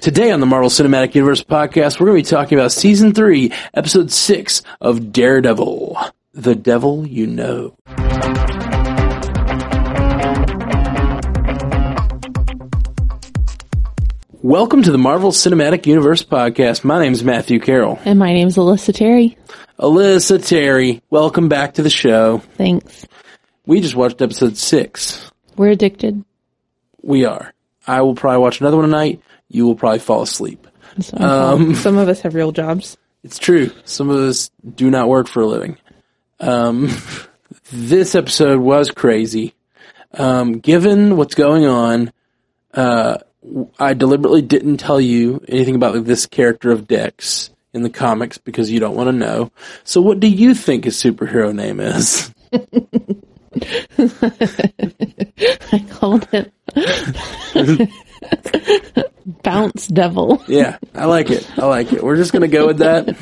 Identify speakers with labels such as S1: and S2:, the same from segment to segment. S1: Today on the Marvel Cinematic Universe podcast, we're going to be talking about season three, episode six of Daredevil, The Devil You Know. Welcome to the Marvel Cinematic Universe podcast. My name's Matthew Carroll.
S2: And my name's Alyssa Terry.
S1: Alyssa Terry, welcome back to the show.
S2: Thanks.
S1: We just watched episode six.
S2: We're addicted.
S1: We are. I will probably watch another one tonight. You will probably fall asleep.
S2: It's not our fault.
S1: Um,
S2: Some of us have real jobs.
S1: It's true. Some of us do not work for a living. Um, this episode was crazy. Um, given what's going on, uh, I deliberately didn't tell you anything about this character of Dex in the comics because you don't want to know. So, what do you think his superhero name is?
S2: I called it Bounce Devil.
S1: Yeah, I like it. I like it. We're just gonna go with that.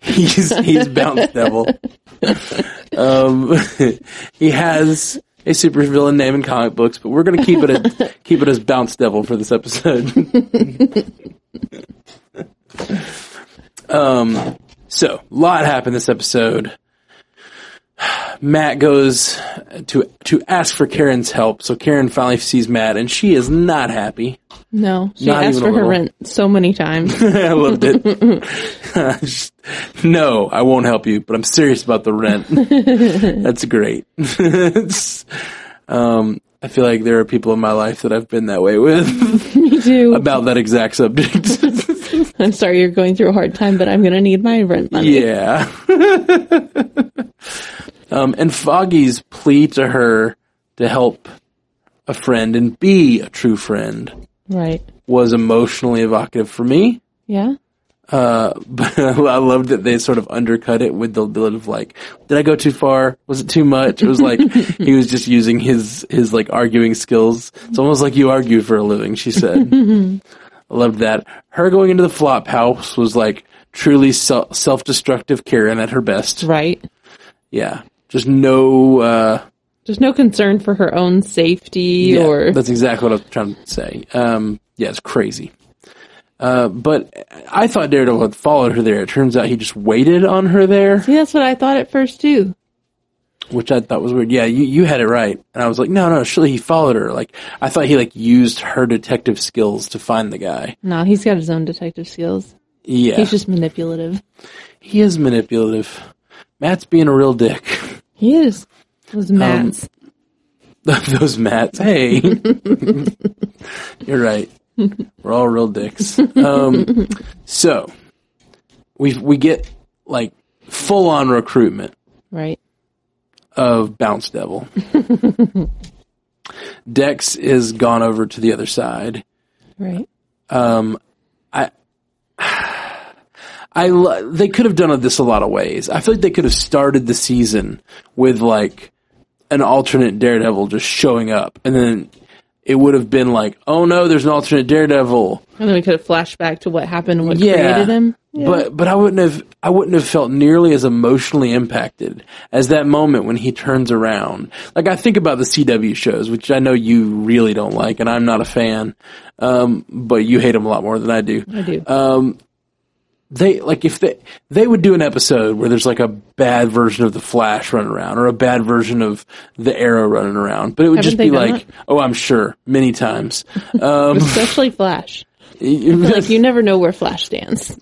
S1: He's he's bounce devil. Um, he has a supervillain name in comic books, but we're gonna keep it as, keep it as bounce devil for this episode. um, Um, so a lot happened this episode. Matt goes to to ask for Karen's help, so Karen finally sees Matt, and she is not happy.
S2: No, she
S1: Not
S2: asked
S1: even a
S2: for her
S1: little.
S2: rent so many times.
S1: I loved it. Just, no, I won't help you, but I'm serious about the rent. That's great. It's- um, I feel like there are people in my life that I've been that way with
S2: Me too.
S1: about that exact subject.
S2: I'm sorry you're going through a hard time, but I'm going to need my rent money.
S1: yeah. um, and Foggy's plea to her to help a friend and be a true friend
S2: Right.
S1: was emotionally evocative for me.
S2: Yeah.
S1: but I love that they sort of undercut it with the bit of like, did I go too far? Was it too much? It was like he was just using his his like arguing skills. It's almost like you argue for a living. She said, I loved that. Her going into the flop house was like truly self destructive Karen at her best.
S2: Right.
S1: Yeah, just no. uh
S2: There's no concern for her own safety
S1: Yeah,
S2: or
S1: that's exactly what I was trying to say. Um, yeah, it's crazy. Uh, but I thought Daredevil had followed her there. It turns out he just waited on her there.
S2: See, that's what I thought at first too.
S1: which I thought was weird. Yeah, you, you had it right. And I was like, no, no, surely he followed her. Like, I thought he like used her detective skills to find the guy.
S2: No, he's got his own detective skills.
S1: Yeah,
S2: He's just manipulative.
S1: he is manipulative. Matt's being a real dick.
S2: He is. It
S1: Um,
S2: was Matt's.
S1: Those Matts. Hey, you're right. We're all real dicks. Um, so we we get like full on recruitment.
S2: right.
S1: of Bounce Devil. Dex is gone over to the other side.
S2: Right.
S1: I lo- they could have done this a lot of ways. I feel like they could have started the season with like an alternate Daredevil just showing up, and then it would have been like, oh no, there's an alternate Daredevil.
S2: And then we could have flashed back to what happened, what
S1: Yeah,
S2: created him.
S1: But but I wouldn't have I wouldn't have felt nearly as emotionally impacted as that moment when he turns around. Like I think about the CW shows, which I know you really don't like, and I'm not a fan. Um, but you hate them a lot more than I do.
S2: I do.
S1: They like if they they would do an episode where there's like a bad version of the Flash running around or a bad version of the Arrow running around, but it would
S2: Haven't
S1: just
S2: they
S1: be
S2: done
S1: like,
S2: that?
S1: oh, I'm sure many times. Um,
S2: Especially Flash. Like you never know where Flash stands,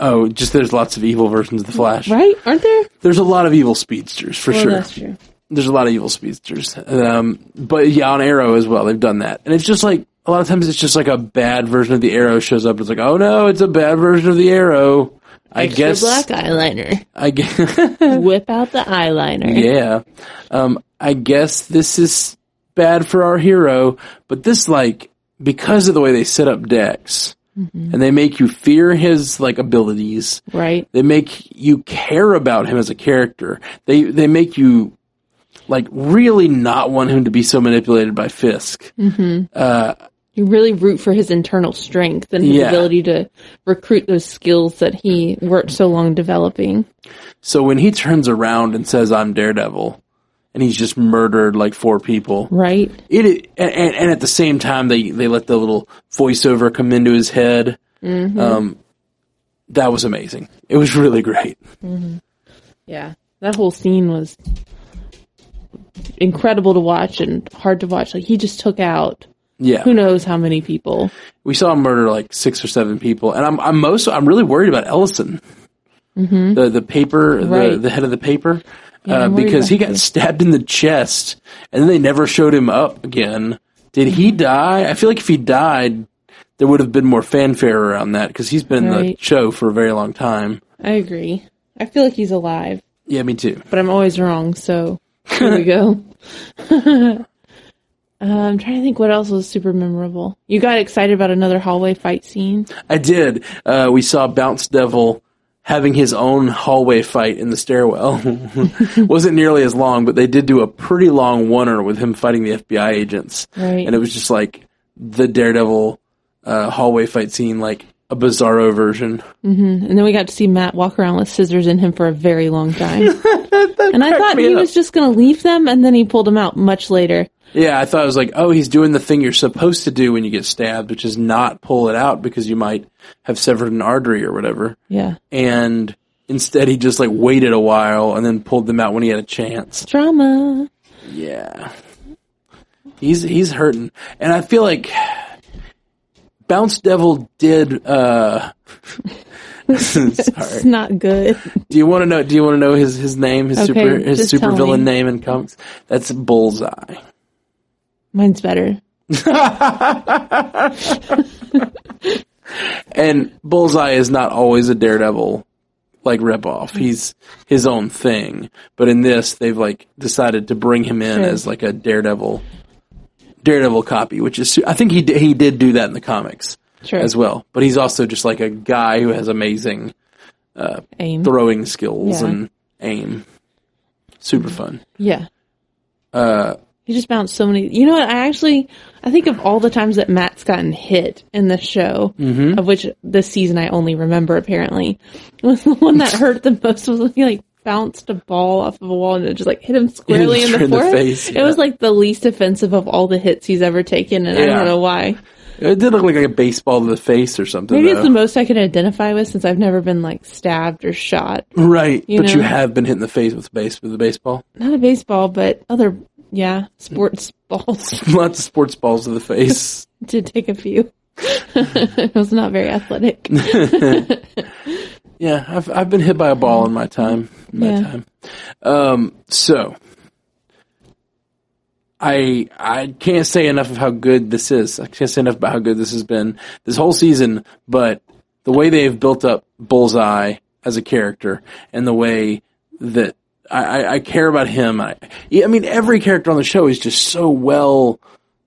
S1: oh, just there's lots of evil versions of the Flash.
S2: right? Aren't there?
S1: There's a lot of evil speedsters for
S2: Well,
S1: sure.
S2: that's true.
S1: there's a lot of evil speedsters. Um, but yeah, on Arrow as well, they've done that. And it's just like, a lot of times it's just like a bad version of the Arrow shows up. It's like, oh no, it's a bad version of the Arrow. I
S2: Extra
S1: guess,
S2: black eyeliner.
S1: I guess,
S2: Whip out the eyeliner.
S1: yeah. Um, I guess this is bad for our hero, but this like, because of the way they set up Dex and they make you fear his like abilities,
S2: Right.
S1: they make you care about him as a character. They they make you like really not want him to be so manipulated by Fisk.
S2: You really root for his internal strength and his
S1: Yeah.
S2: ability to recruit those skills that he worked so long developing.
S1: So when he turns around and says, "I'm Daredevil," and he's just murdered like four people.
S2: right?
S1: It, it and, and at the same time they they let the little voiceover come into his head.
S2: Mm-hmm.
S1: Um, that was amazing. It was really great.
S2: Yeah. That whole scene was incredible to watch and hard to watch. Like he just took out
S1: Yeah,
S2: who knows how many people.
S1: we saw him murder like six or seven people, and I'm I'm most I'm really worried about Ellison, the the paper the,
S2: Mm-hmm. Right.
S1: the head of the paper, uh,
S2: I'm worried
S1: because he
S2: about
S1: got stabbed in the chest, and then they never showed him up again. Did he
S2: Mm-hmm.
S1: die? I feel like if he died, there would have been more fanfare around that because he's been in the
S2: Right.
S1: show for a very long time.
S2: I agree. I feel like he's alive,
S1: Yeah, me too.
S2: but I'm always wrong, so here we go. Uh, I'm trying to think what else was super memorable. You got excited about another hallway fight scene.
S1: I did. Uh, we saw Bounce Devil having his own hallway fight in the stairwell. Wasn't nearly as long, but they did do a pretty long oneer with him fighting the FBI agents.
S2: Right.
S1: And it was just like the Daredevil uh, hallway fight scene, like a bizarro version.
S2: And then we got to see Matt walk around with scissors in him for a very long time. and I thought
S1: me
S2: he
S1: up.
S2: was just going to leave them, and then he pulled them out much later.
S1: Yeah, I thought it was like, oh, he's doing the thing you're supposed to do when you get stabbed, which is not pull it out because you might have severed an artery or whatever.
S2: Yeah.
S1: And instead, he just like waited a while and then pulled them out when he had a chance.
S2: Drama.
S1: Yeah. He's he's hurting. And I feel like Bounce Devil did uh
S2: It's
S1: sorry.
S2: not good.
S1: Do you wanna know do you wanna know his, his name, his
S2: Okay,
S1: super his
S2: just tell
S1: super villain
S2: me.
S1: name in comics? That's Bullseye.
S2: Mine's better.
S1: And Bullseye is not always a daredevil like
S2: Mm-hmm.
S1: ripoff. He's his own thing. But in this they've like decided to bring him in
S2: Sure.
S1: as like a daredevil daredevil copy, which is I think he did, he did do that in the comics.
S2: Sure.
S1: as well. But he's also just like a guy who has amazing
S2: Aim.
S1: throwing skills
S2: Yeah.
S1: and aim. Super fun.
S2: Yeah. Uh, he just bounced so many. You know what? I actually, I think of all the times that Matt's gotten hit in the show, of which this season I only remember apparently, was the one that hurt the most was when he like bounced a ball off of a wall and it just like hit him squarely in the
S1: in the
S2: forehead.
S1: face, yeah.
S2: It was like the least offensive of all the hits he's ever taken, and I
S1: Yeah.
S2: don't know why.
S1: It did look like a baseball to the face or something.
S2: Maybe it's
S1: though.
S2: the most I can identify with since I've never been like stabbed or shot.
S1: right, but
S2: know.
S1: you have been hit in the face with base with a baseball.
S2: Not a baseball, but other yeah sports balls.
S1: Lots of sports balls to the face.
S2: did take a few. it was not very athletic.
S1: yeah, I've I've been hit by a ball in my time. In my
S2: Yeah.
S1: time. Um, so. I I can't say enough of how good this is. I can't say enough about how good this has been this whole season. But the way they have built up Bullseye as a character, and the way that I, I, I care about him, I yeah, I mean every character on the show is just so well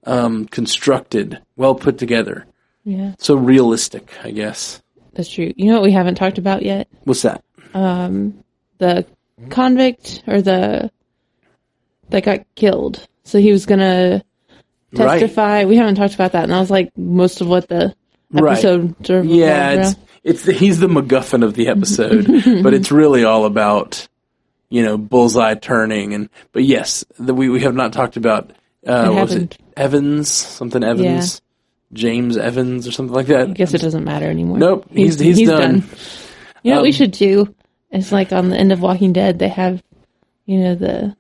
S1: um, constructed, well put together,
S2: Yeah,
S1: so realistic. I guess
S2: that's true. You know what we haven't talked about yet?
S1: what's that?
S2: The convict or the that got killed. So he was gonna
S1: Right.
S2: testify. We haven't talked about that, and I was like, most of what the
S1: Right.
S2: episode sort of
S1: Yeah,
S2: revolved
S1: it's
S2: around.
S1: it's the, he's the MacGuffin of the episode, but it's really all about you know bullseye turning and. But yes, the, we we have not talked about uh,
S2: It
S1: what was it
S2: happened.
S1: Evans something Evans James Evans or something like that.
S2: I guess it doesn't matter anymore.
S1: Nope, he's he's, done.
S2: You know what we
S1: Um,
S2: should do? It's like on the end of Walking Dead, they have, you know, the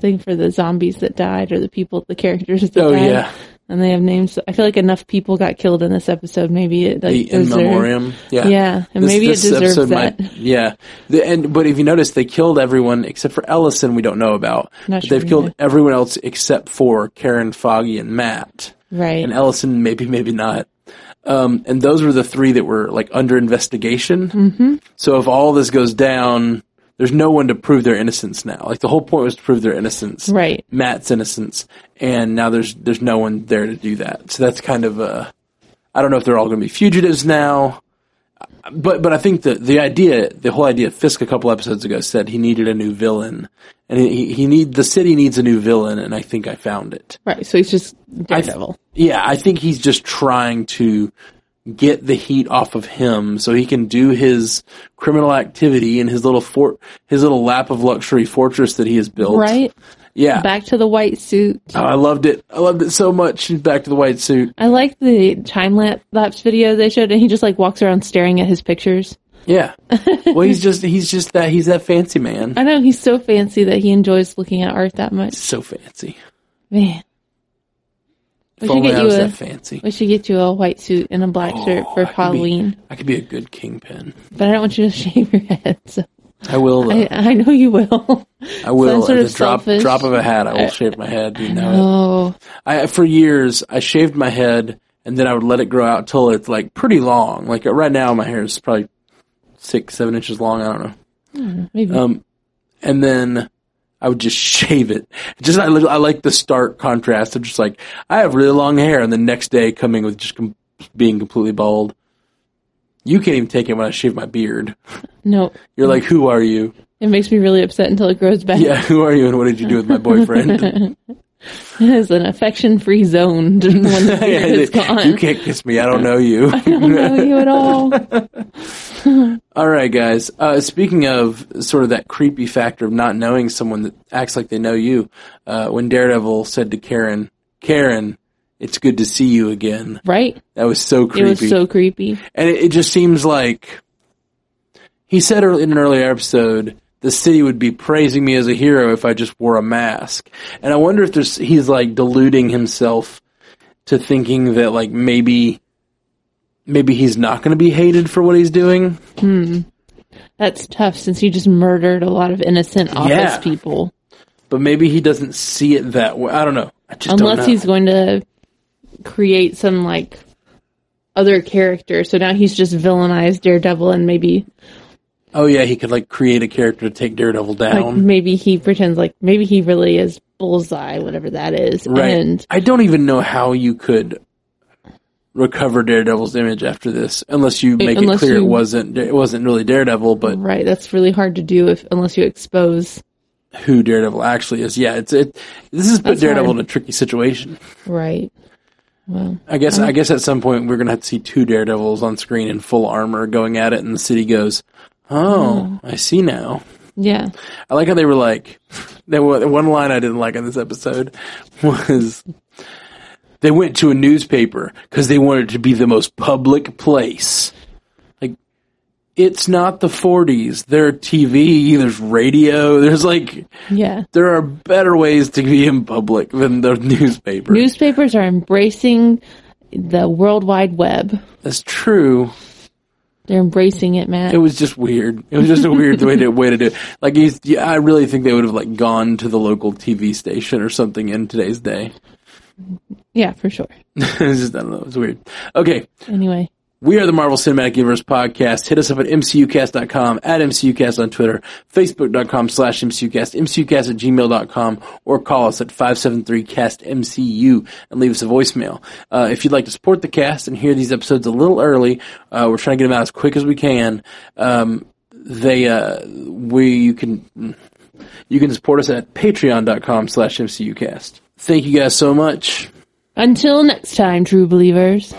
S2: thing for the zombies that died or the people, the characters that
S1: Oh,
S2: died.
S1: yeah.
S2: And they have names. I feel like enough people got killed in this episode. Maybe it like,
S1: The in
S2: deserved-
S1: memoriam, yeah,
S2: Yeah, and maybe it deserves
S1: episode
S2: that.
S1: yeah, the, and but if you notice, they killed everyone except for Ellison. We don't know about.
S2: Not
S1: But
S2: sure
S1: they've killed
S2: either.
S1: everyone else except for Karen, Foggy, and Matt.
S2: Right.
S1: and Ellison, maybe, maybe not. Um, and those were the three that were like under investigation. So if all this goes down, there's no one to prove their innocence now. Like the whole point was to prove their innocence,
S2: Right.
S1: Matt's innocence, and now there's there's no one there to do that. So that's kind of I I don't know if they're all going to be fugitives now, but but I think the the idea, the whole idea, Fisk a couple episodes ago said he needed a new villain, and he he need the city needs a new villain, and I think I found it.
S2: Right. So he's just Daredevil.
S1: Yeah, I think he's just trying to get the heat off of him so he can do his criminal activity in his little fort, his little lap of luxury fortress that he has built.
S2: Right?
S1: Yeah.
S2: Back to the white suit.
S1: Oh, I loved it. I loved it so much. She's back to the white suit.
S2: I like the time lapse video they showed, and he just like walks around staring at his pictures.
S1: Yeah. well, he's just, he's just that, he's that fancy man.
S2: I know he's so fancy that he enjoys looking at art that much.
S1: so fancy.
S2: Man,
S1: If
S2: we should
S1: only
S2: get
S1: I
S2: you
S1: was
S2: a
S1: that fancy.
S2: we should get you a white suit and a black shirt
S1: Oh,
S2: for
S1: I could be-
S2: Halloween.
S1: I could be a good kingpin.
S2: But I don't want you to shave your head. So
S1: I will. Though.
S2: I,
S1: I,
S2: I know you will.
S1: will.
S2: some sort
S1: at
S2: of
S1: the drop
S2: selfish-
S1: drop of a hat, I will shave my head. You know,
S2: Oh,
S1: I for years I shaved my head and then I would let it grow out till it's like pretty long. Like right now, my hair is probably six, seven inches long. I don't know.
S2: maybe.
S1: Um, and then I would just shave it. Just I, I like the stark contrast of just like I have really long hair, and the next day coming with just com- being completely bald. You can't even take it when I shave my beard.
S2: no,
S1: You're like, who are you?
S2: it makes me really upset until it grows back.
S1: Yeah, who are you and what did you do with my boyfriend?
S2: It is an affection-free zone. Just when the
S1: Yeah,
S2: beard
S1: you
S2: is gone.
S1: can't kiss me. I don't know you.
S2: I don't know you at all.
S1: All right, guys. Uh, speaking of sort of that creepy factor of not knowing someone that acts like they know you, uh, when Daredevil said to Karen, Karen, it's good to see you again.
S2: Right?
S1: That was so
S2: It
S1: creepy.
S2: was so creepy.
S1: and it, it just seems like he said earl- in an earlier episode the city would be praising me as a hero if i just wore a mask and i wonder if there's he's like deluding himself to thinking that like maybe maybe he's not going to be hated for what he's doing
S2: That's tough since you just murdered a lot of innocent office
S1: Yeah.
S2: people.
S1: but maybe he doesn't see it that way i don't know i just don't know.
S2: Unless he's going to create some like other character. So now he's just villainized Daredevil and maybe
S1: oh yeah he could like create a character to take daredevil
S2: like
S1: down
S2: maybe he pretends like maybe he really is bullseye, whatever that is.
S1: Right.
S2: And
S1: I don't even know how you could recover Daredevil's image after this, unless you make
S2: unless
S1: it clear
S2: you-
S1: it wasn't it wasn't really Daredevil, but
S2: right, that's really hard to do if unless you expose
S1: who Daredevil actually is. Yeah, it's it. This has put
S2: That's
S1: Daredevil
S2: hard.
S1: in a tricky situation.
S2: right. Well,
S1: I guess. I guess at some point we're gonna have to see two Daredevils on screen in full armor going at it, and the city goes,
S2: Uh-huh.
S1: "Oh, I see now."
S2: yeah.
S1: I like how they were like, there were, one line I didn't like on this episode was they went to a newspaper because they wanted it to be the most public place. Like, it's not the 40s. There are TV, there's radio, there's like,
S2: Yeah.
S1: there are better ways to be in public than the newspaper.
S2: Newspapers are embracing the World Wide Web.
S1: That's true.
S2: They're embracing it, Matt.
S1: It was just weird. It was just a weird way to way to do it. Like, he's, yeah, I really think they would have like gone to the local TV station or something in today's day.
S2: yeah, for sure.
S1: it's just, I don't know. It's weird. Okay.
S2: Anyway.
S1: We are the Marvel Cinematic Universe podcast. Hit us up at mcucast.com, at mcucast on Twitter, facebook.com slash mcucast, mcucast at gmail.com, or call us at 573-CAST-MCU and leave us a voicemail. Uh, if you'd like to support the cast and hear these episodes a little early, uh, we're trying to get them out as quick as we can. Um, they, uh, we, you can, you can support us at patreon.com slash mcucast. Thank you guys so much.
S2: Until next time, true believers.